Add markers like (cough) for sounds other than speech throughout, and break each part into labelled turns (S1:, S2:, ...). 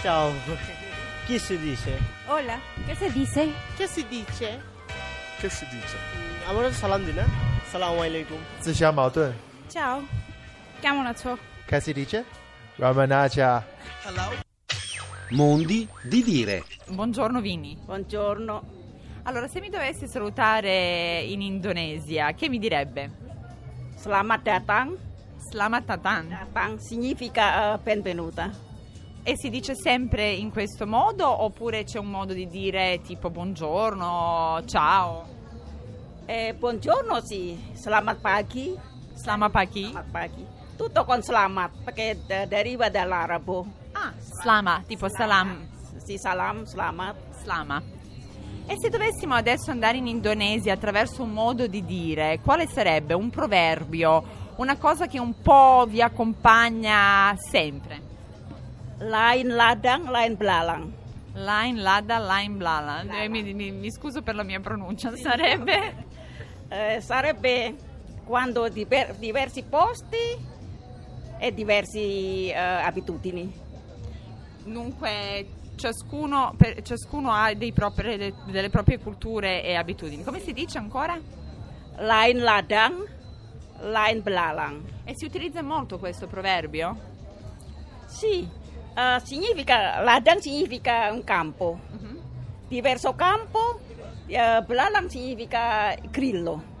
S1: Ciao. (laughs) Chi si dice?
S2: Hola, ¿qué se dice?
S3: Che si dice?
S1: Che si dice? আমরা সালাম দিই না সালাম আলাইকুম
S4: 自相矛盾，
S2: Ciao. Chiamo una ciò.
S4: 开始理解。Ramanaja，
S5: Mondi di dire.
S6: Buongiorno Vini.
S3: Buongiorno.
S6: Allora, se mi dovessi salutare in Indonesia, che mi direbbe?
S3: Selamat datang.
S6: Selamat datang.
S3: Datang significa eh, benvenuta.
S6: E si dice sempre in questo modo oppure c'è un modo di dire tipo buongiorno, ciao,
S3: Eh, buongiorno sì, selamat pagi.
S6: slama pagi?
S3: Selamat pagi. Tutto con selamat, perché eh, deriva dall'arabo.
S6: Ah, slama, tipo salam,
S3: Sì, salam, selamat.
S6: slama. E se dovessimo adesso andare in Indonesia attraverso un modo di dire, quale sarebbe un proverbio, una cosa che un po' vi accompagna sempre?
S3: Lain ladang, lain belalang.
S6: Line Lada Line Blala.
S3: Blala.
S6: Eh, Mi, mi- mi scuso per la mia pronuncia, sarebbe.
S3: Eh, sarebbe quando diver- diversi posti e diversi eh, abitudini.
S6: Dunque, ciascuno, per- ciascuno ha dei propri- delle, delle proprie culture e abitudini. Come si dice ancora?
S3: Lain ladang, lain belalang.
S6: E si utilizza molto questo proverbio?
S3: Sì, eh, significa, ladang significa un campo, diverso campo, eh, belalang significa grillo.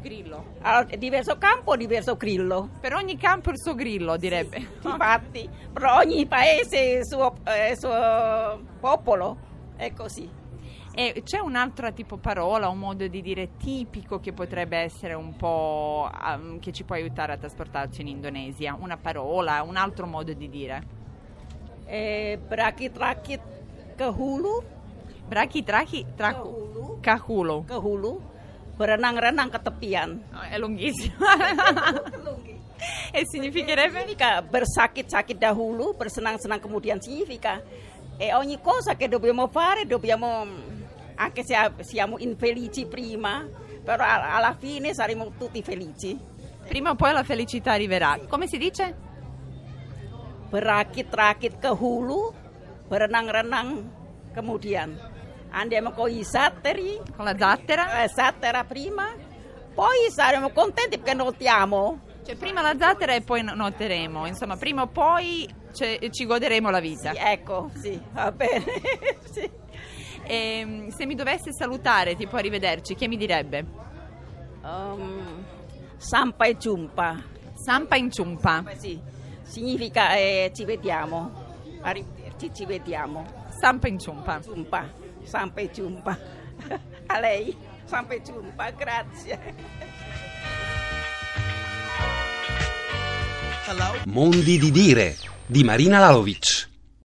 S6: Grillo.
S3: Allora, diverso campo, diverso grillo.
S6: Per ogni campo il suo grillo, direbbe. (laughs)
S3: (laughs) Infatti, per ogni paese il suo, eh, il suo popolo, è così.
S6: E c'è un'altra tipo parola, un modo di dire tipico che potrebbe essere un po' ehm, che ci può aiutare a trasportarci in Indonesia? Una parola, un altro modo di dire?
S3: Eh, Berakit-rakit ke hulu,
S6: Brachi, trachi, tracu.
S3: Kahulu.
S6: Caculo.
S3: ke hulu, berenang-renang ke tepian.
S6: No, È lunghissima. e significherebbe?
S3: Significa bersakit-sakit dahulu, bersenang-senang kemudian significa e ogni cosa che dobbiamo fare dobbiamo anche se a- siamo infelici prima, però a- alla fine saremo tutti felici.
S6: (laughs) Prima o poi la felicità arriverà. Come si dice?
S3: Berakit-rakit ke hulu, berenang-renang kemudian. Andiamo con i satteri,
S6: Con la zattera?
S3: eh, sattera prima, poi saremo contenti perché notiamo.
S6: Cioè, prima la zattera e poi no- noteremo. Insomma, prima o poi ce- ci goderemo la vita.
S3: Sì, ecco, sì, va (laughs) bene. sì.
S6: Ehm, se mi dovesse salutare, tipo arrivederci, che mi direbbe?
S3: Um, sampai jumpa.
S6: Sampa in ciumpa.
S3: Beh, sì, significa eh, ci vediamo. Arrivederci, ci vediamo.
S6: Sampa in ciumpa.
S3: Giumpa, sampai giumpa. (laughs) A lei, sampai giumpa, grazie.
S5: Mondi di dire. Di Marina Lalovic.